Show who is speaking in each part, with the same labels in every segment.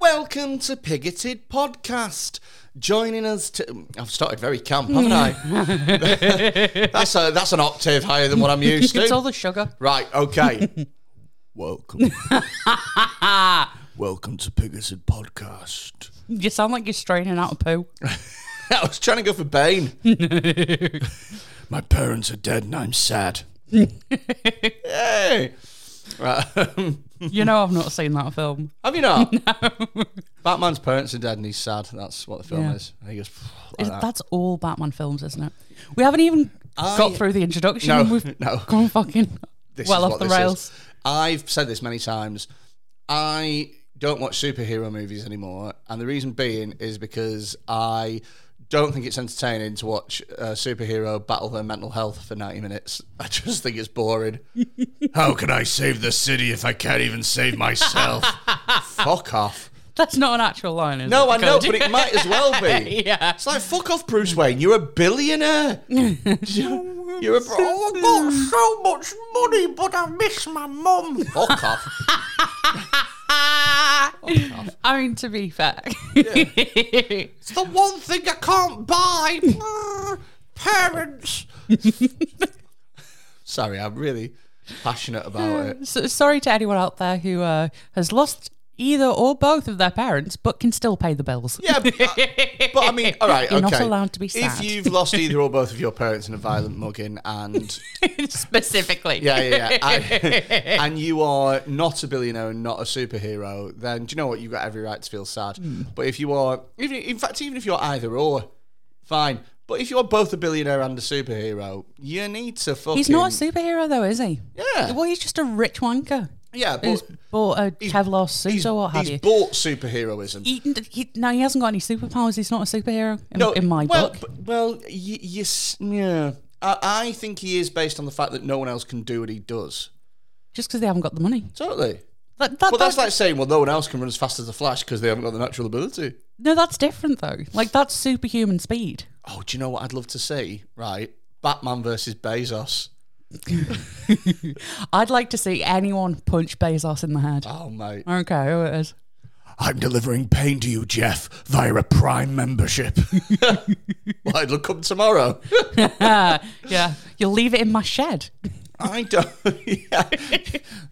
Speaker 1: Welcome to Pigoted Podcast. Joining us to. I've started very camp, haven't I? that's, a, that's an octave higher than what I'm used
Speaker 2: It's all
Speaker 1: to.
Speaker 2: the sugar.
Speaker 1: Right, okay. Welcome. Welcome to Pigoted Podcast.
Speaker 2: You sound like you're straining out a poo.
Speaker 1: I was trying to go for Bane. My parents are dead and I'm sad. hey! Right. um,
Speaker 2: You know I've not seen that film.
Speaker 1: Have you not? Batman's parents are dead and he's sad. That's what the film
Speaker 2: Yeah.
Speaker 1: is. And he goes, like
Speaker 2: Is-
Speaker 1: that.
Speaker 2: That's all Batman films, isn't it? We haven't even
Speaker 1: I-
Speaker 2: got through the introduction.
Speaker 1: No,
Speaker 2: and We've
Speaker 1: no.
Speaker 2: gone fucking
Speaker 1: This
Speaker 2: well
Speaker 1: is
Speaker 2: off
Speaker 1: what
Speaker 2: the
Speaker 1: this is.
Speaker 2: rails.
Speaker 1: I've said this many times. I don't watch superhero movies anymore, and the reason being is because I don't think it's entertaining to watch a superhero battle their mental health for 90 minutes. I just think it's boring. How can I save the city if I can't even save myself? fuck off.
Speaker 2: That's not an actual line, is
Speaker 1: No,
Speaker 2: it?
Speaker 1: I know,
Speaker 2: Cody?
Speaker 1: but it might as well be.
Speaker 2: yeah.
Speaker 1: It's like, fuck off, Bruce Wayne. You're a billionaire. you're, you're a. bro- Oh, I've got so much money, but I miss my mum. Fuck off.
Speaker 2: I mean, to be fair.
Speaker 1: It's the one thing I can't buy. Brr, Parents. Sorry, I'm really passionate about it.
Speaker 2: so, sorry to anyone out there who uh, has lost either or both of their parents but can still pay the bills.
Speaker 1: Yeah, but, uh, but I mean, all right,
Speaker 2: You're not
Speaker 1: okay.
Speaker 2: allowed to be
Speaker 1: If
Speaker 2: sad.
Speaker 1: you've lost either or both of your parents in a violent mugging, and
Speaker 2: Specifically.
Speaker 1: yeah, yeah, yeah, and, and you are not a billionaire and not a superhero, then do you know what? You've got every right to feel sad.
Speaker 2: Hmm.
Speaker 1: But if you are, even in fact, even if you're either or, fine. But if you're both a billionaire and a superhero, you need to fucking.
Speaker 2: He's not a superhero, though, is he?
Speaker 1: Yeah.
Speaker 2: Well, he's just a rich wanker.
Speaker 1: Yeah, but
Speaker 2: Who's bought a Kevlar suit
Speaker 1: he's,
Speaker 2: or what have
Speaker 1: he's
Speaker 2: you.
Speaker 1: bought superheroism.
Speaker 2: He, he, no, he hasn't got any superpowers. He's not a superhero in, in my
Speaker 1: well,
Speaker 2: book.
Speaker 1: b- well, y- yes, yeah. I, I think he is based on the fact that no one else can do what he does.
Speaker 2: Just because they haven't got the money.
Speaker 1: Totally.
Speaker 2: That, that,
Speaker 1: But that's
Speaker 2: that-
Speaker 1: like saying, well, no one else can run as fast as the Flash because they haven't got the natural ability.
Speaker 2: no, that's different though. Like that's superhuman speed.
Speaker 1: Oh, do you know what I'd love to see? Right, Batman versus Bezos.
Speaker 2: I'd like to see anyone punch Bezos in the head.
Speaker 1: Oh, mate.
Speaker 2: I don't care who it is.
Speaker 1: I'm delivering pain to you, Jeff, via a Prime membership. well, I'd look up tomorrow.
Speaker 2: Yeah, you'll leave it in my shed.
Speaker 1: I don't. Yeah.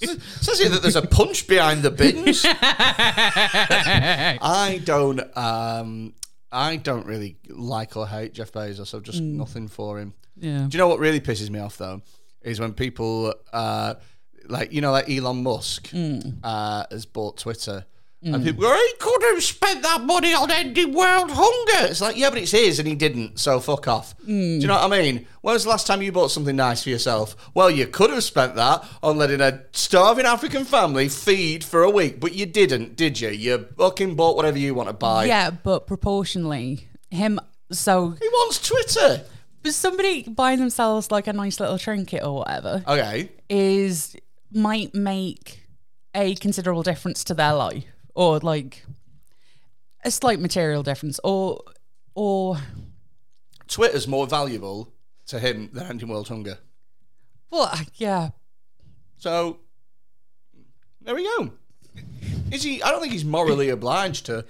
Speaker 1: It says here that there's a punch behind the bins. I don't. Um, I don't really like or hate Jeff Bezos. I've just nothing for him.
Speaker 2: Yeah.
Speaker 1: Do you know what really pisses me off though? Is when people uh, like you know like Elon Musk uh, has bought Twitter. And people go, he could have spent that money on ending world hunger. It's like, yeah, but it's his and he didn't, so fuck off. Do you know what I mean? When was the last time you bought something nice for yourself? Well, you could have spent that on letting a starving African family feed for a week, but you didn't, did you? You fucking bought whatever you want to buy.
Speaker 2: Yeah, but proportionally, him. So
Speaker 1: He wants Twitter.
Speaker 2: somebody buying themselves like a nice little trinket or whatever
Speaker 1: Okay.
Speaker 2: is might make a considerable difference to their life or like a slight material difference or or
Speaker 1: Twitter's more valuable to him than ending world hunger.
Speaker 2: well I- yeah
Speaker 1: So there we go. Is he? I don't think he's morally obliged to.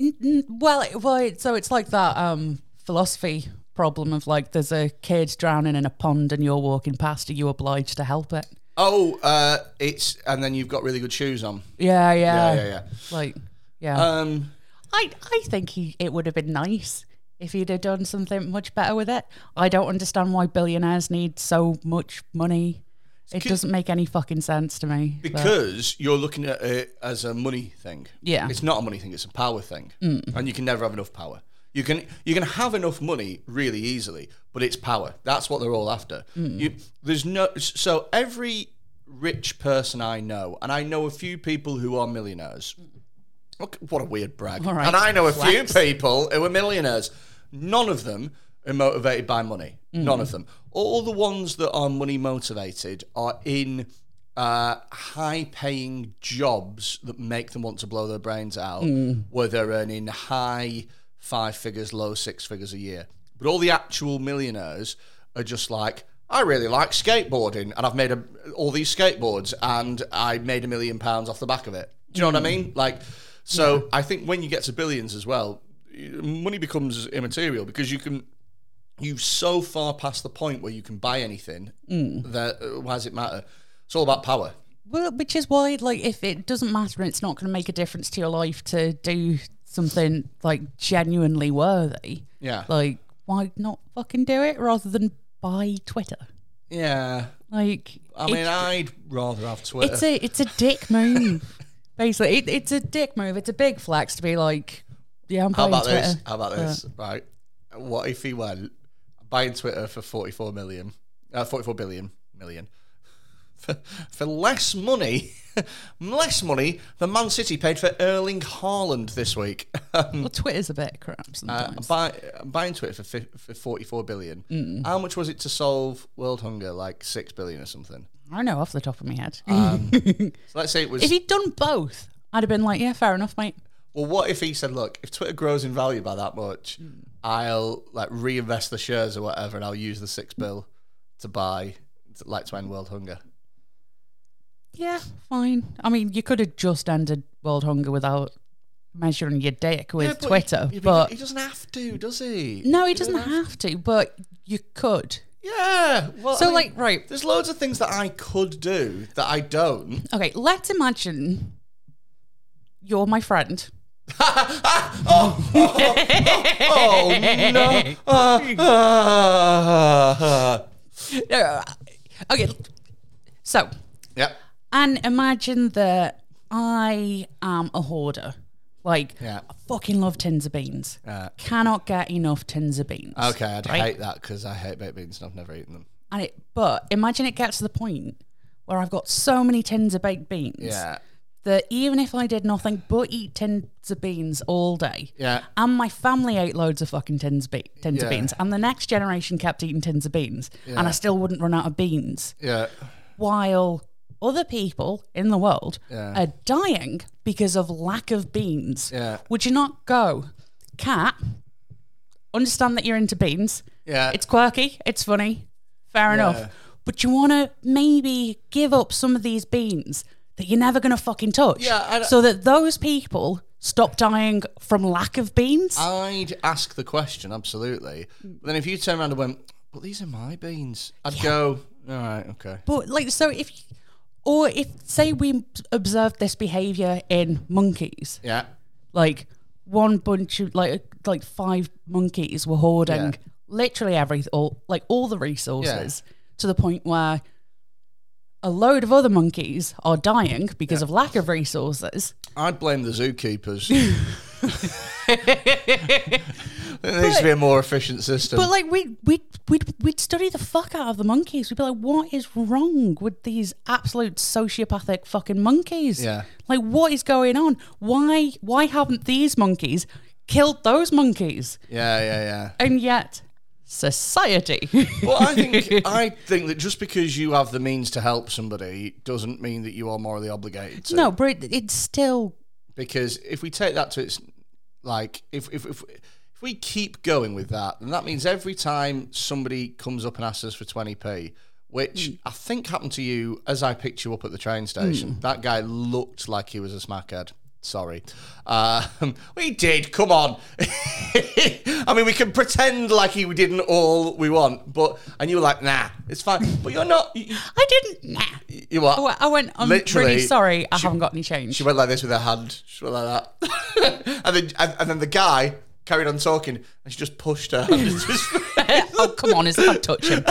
Speaker 2: N- well it- well it, so it's like that um philosophy problem of like there's a kid drowning in a pond and you're walking past are you obliged to help it
Speaker 1: Oh, uh, it's and then you've got really good shoes on.
Speaker 2: yeah
Speaker 1: Yeah,
Speaker 2: yeah,
Speaker 1: yeah, yeah.
Speaker 2: like yeah
Speaker 1: Um,
Speaker 2: I I think he it would have been nice if he'd have done something much better with it. I don't understand why billionaires need so much money. It doesn't make any fucking sense to me. but-
Speaker 1: because you're looking at it as a money thing.
Speaker 2: Yeah.
Speaker 1: it's not a money thing; it's a power thing, and you can never have enough power. You can you can have enough money really easily, but it's power. That's what they're all after. You, there's no so every rich person I know, and I know a few people who are millionaires. Look, what a weird brag.
Speaker 2: All right.
Speaker 1: And I know a few people who are millionaires. None of them are motivated by money.
Speaker 2: Mm.
Speaker 1: None of them. All the ones that are money motivated are in uh, high paying jobs that make them want to blow their brains out,
Speaker 2: Mm.
Speaker 1: where they're earning high five figures, low six figures a year. But all the actual millionaires are just like, I really like skateboarding, and I've made a, all these skateboards, and I made a million pounds off the back of it. Do you know what I mean? Like, So I think when you get to billions as well, y- money becomes immaterial because you can you've so far past the point where you can buy anything that uh, why does it matter? It's all about power.
Speaker 2: Well, which is why, like, if it doesn't matter and it's not going to make a difference to your life to do something like genuinely worthy,
Speaker 1: Yeah.
Speaker 2: like, why not fucking do it rather than buy Twitter?
Speaker 1: yeah.
Speaker 2: Like,
Speaker 1: I
Speaker 2: it-
Speaker 1: mean, I'd rather have Twitter.
Speaker 2: it's a it's a dick move. Basically, it, it's a dick move. It's a big flex to be like, yeah, I'm
Speaker 1: How
Speaker 2: buying
Speaker 1: about
Speaker 2: Twitter.
Speaker 1: this? How about this? Right. What if he went buying Twitter for 44 million, uh, 44 billion million for, for less money, less money than Man City paid for Erling Haaland this week?
Speaker 2: Well, Twitter's a bit crap
Speaker 1: Hmm. Uh,
Speaker 2: sometimes.
Speaker 1: buy, buying Twitter for, fi- for 44 billion. How much was it to solve world hunger? Like 6 billion or something.
Speaker 2: I don't know off the top of my head.
Speaker 1: Um, So let's say it was.
Speaker 2: if he'd done both, I'd have been like, yeah, fair enough, mate.
Speaker 1: well, what if he said, look, if Twitter grows in value by that much, I'll like reinvest the shares or whatever and I'll use the 6 bill to buy, to, like to end world hunger?
Speaker 2: Yeah, fine. I mean, you could have just ended world hunger without measuring your dick with Twitter,
Speaker 1: He,
Speaker 2: but
Speaker 1: doesn't have to, does he?
Speaker 2: no, he doesn't have to. But you could.
Speaker 1: Yeah. Well, I
Speaker 2: So,
Speaker 1: mean,
Speaker 2: like, right.
Speaker 1: There's loads of things that I could do that I don't.
Speaker 2: Okay, let's imagine you're my friend.
Speaker 1: Oh, no. Ah, ah, ah.
Speaker 2: No, Okay, so
Speaker 1: Yep.
Speaker 2: and imagine that I am a hoarder. Like,
Speaker 1: Yeah.
Speaker 2: I fucking love tins of beans.
Speaker 1: Yeah.
Speaker 2: Cannot get enough tins of beans.
Speaker 1: Okay, I'd
Speaker 2: Right.
Speaker 1: hate that because I hate baked beans and I've never eaten them.
Speaker 2: And it, but imagine it gets to the point where I've got so many tins of baked beans
Speaker 1: Yeah.
Speaker 2: that even if I did nothing but eat tins of beans all day,
Speaker 1: Yeah.
Speaker 2: and my family ate loads of fucking tins, be- tins of
Speaker 1: Yeah.
Speaker 2: beans, and the next generation kept eating tins of beans, and I still wouldn't run out of beans,
Speaker 1: Yeah.
Speaker 2: while other people in the world
Speaker 1: Yeah.
Speaker 2: are dying because of lack of beans.
Speaker 1: Yeah.
Speaker 2: Would you not go, cat? Understand that you're into beans.
Speaker 1: Yeah.
Speaker 2: It's quirky. It's funny. Fair
Speaker 1: Yeah.
Speaker 2: enough. But you want to maybe give up some of these beans that you're never going to fucking touch.
Speaker 1: Yeah, I don't-
Speaker 2: so that those people stop dying from lack of beans.
Speaker 1: I'd ask the question, absolutely. But then if you turn around and went, but these are my beans, I'd go, all right, okay.
Speaker 2: but like, so if, or if, say, we observed this behavior in monkeys,
Speaker 1: Yeah.
Speaker 2: like one bunch of, like, like five monkeys were hoarding
Speaker 1: Yeah.
Speaker 2: literally every, all, like all the resources to the point where a load of other monkeys are dying because of lack of resources.
Speaker 1: I'd blame the zookeepers. there needs to be a more efficient system.
Speaker 2: But like we we we'd we'd study the fuck out of the monkeys. We'd be like, what is wrong with these absolute sociopathic fucking monkeys?
Speaker 1: Yeah.
Speaker 2: Like what is going on? Why why haven't these monkeys killed those monkeys?
Speaker 1: yeah, yeah, yeah.
Speaker 2: And yet society
Speaker 1: Well, I think I think that just because you have the means to help somebody doesn't mean that you are morally obligated to.
Speaker 2: No, but it, it's still
Speaker 1: because if we take that to its like if if if, if we keep going with that then that means every time somebody comes up and asks us for 20p which I think happened to you as I picked you up at the train station. That guy looked like he was a smackhead. Sorry. Uh, we did. Come on. I mean, we can pretend like he didn't all we want, but, and you were like, nah, it's fine. But you're not, you,
Speaker 2: I didn't nah.
Speaker 1: you what?
Speaker 2: I went- I went, I'm
Speaker 1: Literally,
Speaker 2: really sorry, I haven't got any change.
Speaker 1: She went like this with her hand. She went like that. and then and, and then the guy carried on talking and she just pushed her hand. into his face.
Speaker 2: oh come on, it's not touching.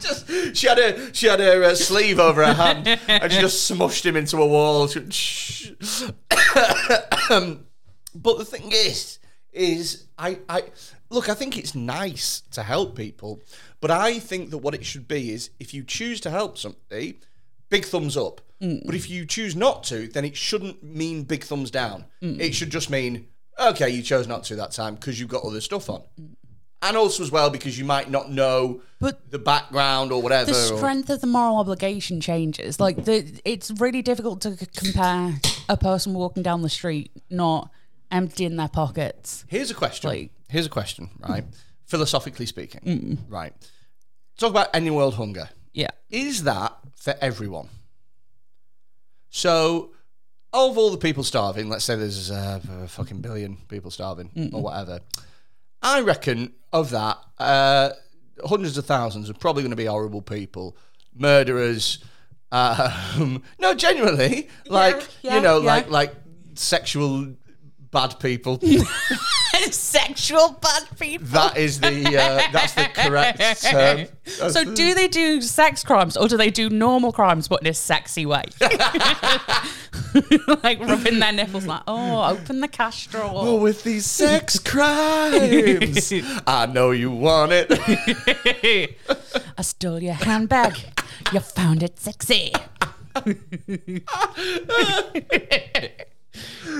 Speaker 1: just, she had her she had her uh, sleeve over her hand and she just smushed him into a wall. She went, "Shh." but the thing is, is I, I look, I think it's nice to help people, but I think that what it should be is if you choose to help somebody, big thumbs up. But if you choose not to, then it shouldn't mean big thumbs down. It should just mean, okay, you chose not to that time because you've got other stuff on. And also as well because you might not know
Speaker 2: But-
Speaker 1: the background or whatever.
Speaker 2: the
Speaker 1: or-
Speaker 2: strength of the moral obligation changes. Like the, it's really difficult to c- compare a person walking down the street not emptying their pockets.
Speaker 1: Here's a question.
Speaker 2: Like-
Speaker 1: Here's a question, right? Philosophically speaking, right? Talk about ending world hunger.
Speaker 2: Yeah,
Speaker 1: Is that for everyone? So of all the people starving, let's say there's uh, a fucking billion people starving
Speaker 2: Mm-hmm.
Speaker 1: or whatever. I reckon of that, uh, hundreds of thousands are probably going to be horrible people, murderers. Um, no, genuinely, like
Speaker 2: yeah,
Speaker 1: you know,
Speaker 2: yeah.
Speaker 1: like like sexual bad people.
Speaker 2: Sexual bad people.
Speaker 1: that is the uh, that's the correct term. That's
Speaker 2: So,
Speaker 1: the-
Speaker 2: do they do sex crimes or do they do normal crimes but in a sexy way? like rubbing their nipples, like, oh, open the cash
Speaker 1: Oh,
Speaker 2: drawer.
Speaker 1: with these sex crimes, I know you want it.
Speaker 2: I stole your handbag. you found it sexy.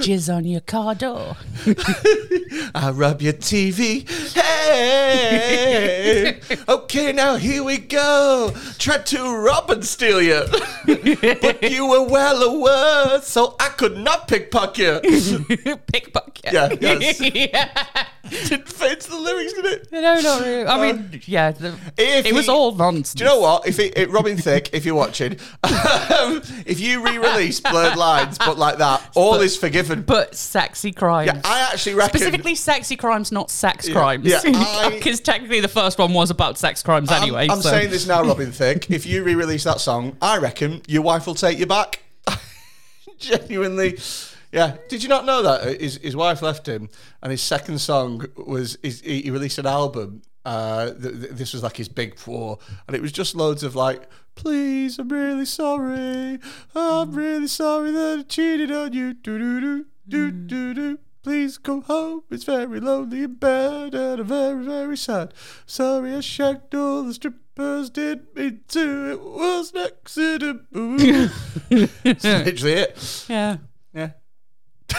Speaker 2: Jizz on your car door.
Speaker 1: I rub your TV. Hey, okay, now here we go. Tried to rob and steal you, but you were well aware, so I could not pickpocket you.
Speaker 2: Pickpocket.
Speaker 1: Yeah, yes.
Speaker 2: yeah.
Speaker 1: it fits the lyrics, did it?
Speaker 2: No, not really. I mean, yeah. The,
Speaker 1: Um, If
Speaker 2: it was
Speaker 1: he-
Speaker 2: all nonsense.
Speaker 1: Do you know what? If it, it Robin Thicke, if you're watching, um, if you re-release Blurred Lines, but like that, all is forgiven.
Speaker 2: but sexy crimes.
Speaker 1: Yeah, I actually reckon.
Speaker 2: Specifically, sexy crimes, not sex crimes.
Speaker 1: yeah,
Speaker 2: Because
Speaker 1: I-
Speaker 2: technically, the first one was about sex crimes
Speaker 1: I'm-
Speaker 2: anyway.
Speaker 1: I'm,
Speaker 2: so.
Speaker 1: saying this now, Robin Thicke. If you re-release that song, I reckon your wife will take you back. Genuinely, yeah. Did you not know that his his wife left him, and his second song was his, he he released an album. Uh, th- th- this was like his big four, and it was just loads of like, "Please, I'm really sorry. I'm really sorry that I cheated on you." Do do do do
Speaker 2: Hmm.
Speaker 1: do do. Please come home. It's very lonely in bed, and I'm very very sad. Sorry, I shagged all the strippers. Did me too. It was an accident. Ooh. That's literally it.
Speaker 2: Yeah.
Speaker 1: Yeah.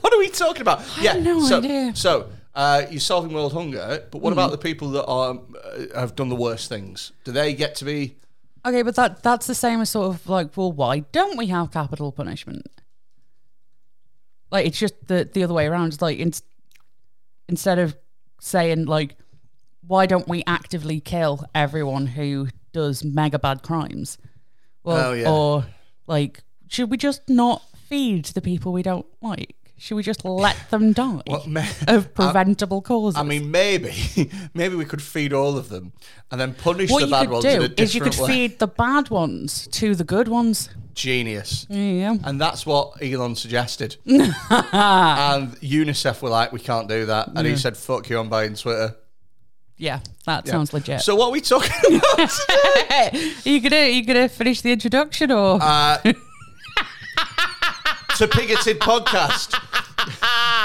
Speaker 1: what are we talking about? yeah.
Speaker 2: no
Speaker 1: so,
Speaker 2: idea. Hmm.
Speaker 1: So uh, you're solving world hunger, but what about the people that are uh, have done the worst things? Do they get to be?
Speaker 2: Okay, but that that's the same as sort of like, well, why don't we have capital punishment? Like, it's just the the other way around. It's like in, instead of saying like, why don't we actively kill everyone who does mega bad crimes? Well,
Speaker 1: Oh, yeah.
Speaker 2: or like, should we just not feed the people we don't like? Should we just let them die
Speaker 1: What me-
Speaker 2: of preventable causes?
Speaker 1: I mean, maybe, maybe we could feed all of them and then punish
Speaker 2: what
Speaker 1: the
Speaker 2: you
Speaker 1: bad
Speaker 2: could
Speaker 1: ones in a
Speaker 2: do
Speaker 1: different
Speaker 2: is you could
Speaker 1: way.
Speaker 2: feed the bad ones to the good ones.
Speaker 1: Genius.
Speaker 2: Yeah.
Speaker 1: And that's what Elon suggested. and UNICEF were like, we can't do that. And he said, fuck you, I'm buying Twitter.
Speaker 2: Yeah, that sounds legit.
Speaker 1: So what are we talking about?
Speaker 2: you gonna you gonna finish the introduction or
Speaker 1: uh, to Pigoted Podcast.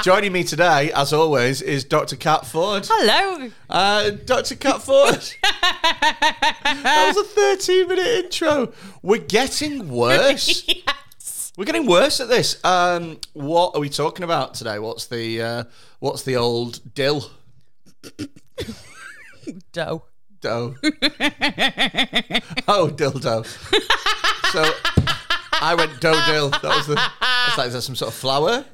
Speaker 1: Joining me today, as always, is Dr. Cat Ford.
Speaker 2: hello?
Speaker 1: Uh, Dr. Cat Ford. that was a 13 minute intro. We're getting worse. We're getting worse at this. Um, what are we talking about today? What's the uh, what's the old dill?
Speaker 2: Doe.
Speaker 1: Dildo. oh, dildo. so I went do dill. That was the. That's like is that some sort of flower?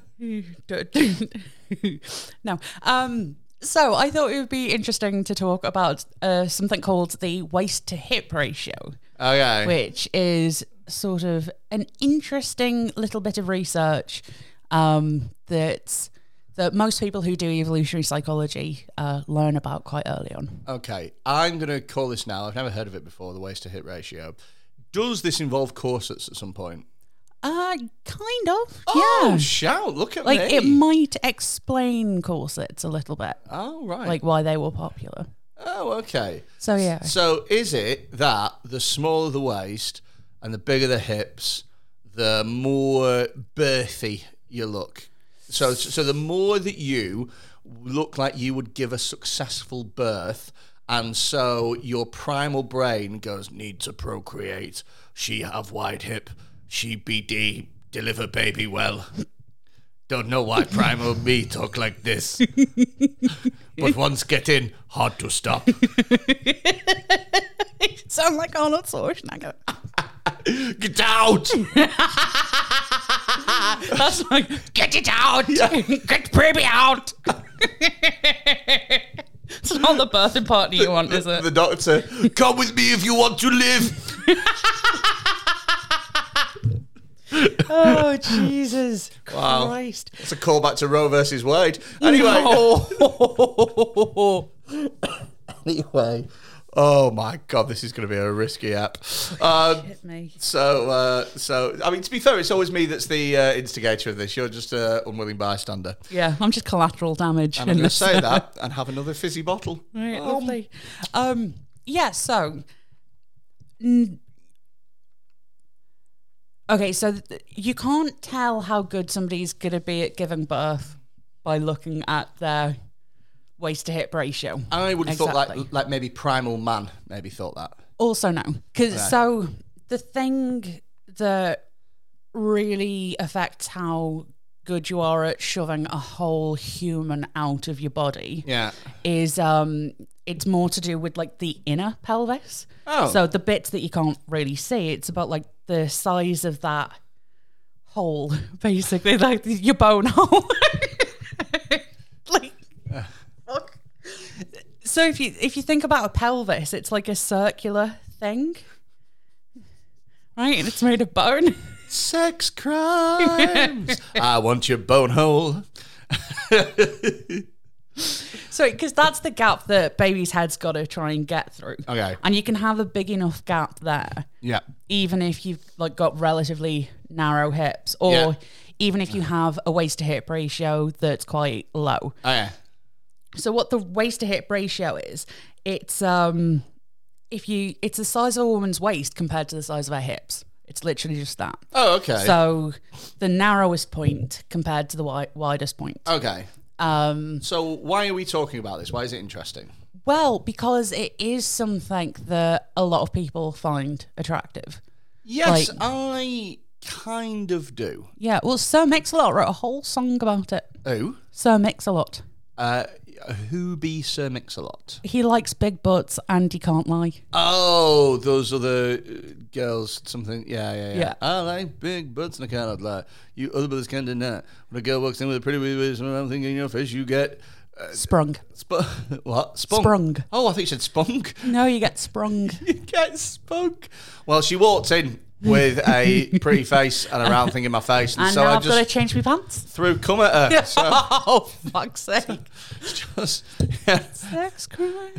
Speaker 2: no. Um. So I thought it would be interesting to talk about uh, something called the waist to hip ratio,
Speaker 1: Okay.
Speaker 2: which is sort of an interesting little bit of research um, that that most people who do evolutionary psychology uh, learn about quite early on.
Speaker 1: Okay. I'm gonna call this now. I've never heard of it before. The waist to hip ratio. Does this involve corsets at some point?
Speaker 2: Uh, kind of.
Speaker 1: Oh,
Speaker 2: yeah.
Speaker 1: shout! Look at
Speaker 2: Like
Speaker 1: me.
Speaker 2: it might explain corsets a little bit,
Speaker 1: oh right.
Speaker 2: like why they were popular.
Speaker 1: oh okay.
Speaker 2: So yeah,
Speaker 1: So is it that the smaller the waist and the bigger the hips, the more birthy you look? So so the more that you look like you would give a successful birth and so your primal brain goes need to procreate. She have wide hip, she BD, deliver baby well. Don't know why primal me talk like this. But once get in, hard to stop.
Speaker 2: sound like Arnold Schwarzenegger.
Speaker 1: Get out!
Speaker 2: That's like get it out, get baby out. it's not the birthday party you want, is it?
Speaker 1: the doctor, come with me if you want to live.
Speaker 2: Oh Jesus
Speaker 1: Wow.
Speaker 2: Christ!
Speaker 1: It's a callback to Roe versus Wade. Anyway.
Speaker 2: Oh.
Speaker 1: Anyway. Oh my god, this is going to be a risky app. Um,
Speaker 2: Hit me.
Speaker 1: so, uh, so I mean, to be fair, it's always me that's the uh, instigator of this. You're just an unwilling bystander.
Speaker 2: Yeah, I'm just collateral damage.
Speaker 1: And I'm
Speaker 2: in
Speaker 1: going to
Speaker 2: this.
Speaker 1: say that and have another fizzy bottle.
Speaker 2: Right, lovely. Um, yeah, so. n- Okay, so th- you can't tell how good somebody's going to be at giving birth by looking at their waist to hip ratio.
Speaker 1: I would have thought
Speaker 2: Exactly.
Speaker 1: like, like maybe Primal Man maybe thought that.
Speaker 2: Also, no. Because so the thing that really affects how good you are at shoving a whole human out of your body
Speaker 1: Yeah.
Speaker 2: is um it's more to do with like the inner pelvis.
Speaker 1: Oh.
Speaker 2: So the bits that you can't really see, it's about like the size of that hole, basically, like the- your bone hole. like look. So if you if you think about a pelvis, it's like a circular thing. Right? And it's made of bone.
Speaker 1: Sex crimes. I want your bone hole.
Speaker 2: So, because that's the gap that baby's head's got to try and get through.
Speaker 1: Okay.
Speaker 2: And you can have a big enough gap there
Speaker 1: Yeah.
Speaker 2: even if you've like got relatively narrow hips or
Speaker 1: Yeah.
Speaker 2: even if you have a waist to hip ratio that's quite low.
Speaker 1: Oh, yeah.
Speaker 2: So what the waist to hip ratio is, it's um if you it's the size of a woman's waist compared to the size of her hips. It's literally just that.
Speaker 1: Oh, okay.
Speaker 2: So the narrowest point compared to the wi- widest point.
Speaker 1: okay.
Speaker 2: Um
Speaker 1: So why are we talking about this? Why is it interesting?
Speaker 2: well, because it is something that a lot of people find attractive.
Speaker 1: Yes, I kind of do.
Speaker 2: Yeah, well Sir Mix-a-Lot wrote a whole song about it.
Speaker 1: Oh,
Speaker 2: Sir Mix-a-Lot.
Speaker 1: uh, who be Sir Mix-a-Lot?
Speaker 2: he likes big butts and he can't lie.
Speaker 1: Oh, those other uh, girls, something. Yeah, yeah, yeah,
Speaker 2: Yeah.
Speaker 1: I like big butts and I cannot lie. You other brothers can deny. When a girl walks in with a pretty wee wee, I'm thinking in your face, you get uh,
Speaker 2: Sprung.
Speaker 1: sp- what? Spunk.
Speaker 2: Sprung.
Speaker 1: Oh, I think she said spunk.
Speaker 2: No, you get sprung.
Speaker 1: you get spunk. Well, she walked in with a pretty face and a round thing in my face, and,
Speaker 2: And
Speaker 1: so
Speaker 2: now
Speaker 1: I
Speaker 2: I've got to
Speaker 1: just
Speaker 2: change my pants.
Speaker 1: threw cum at her. So
Speaker 2: oh, fuck's sake.
Speaker 1: it's just. yeah.
Speaker 2: Sex crime.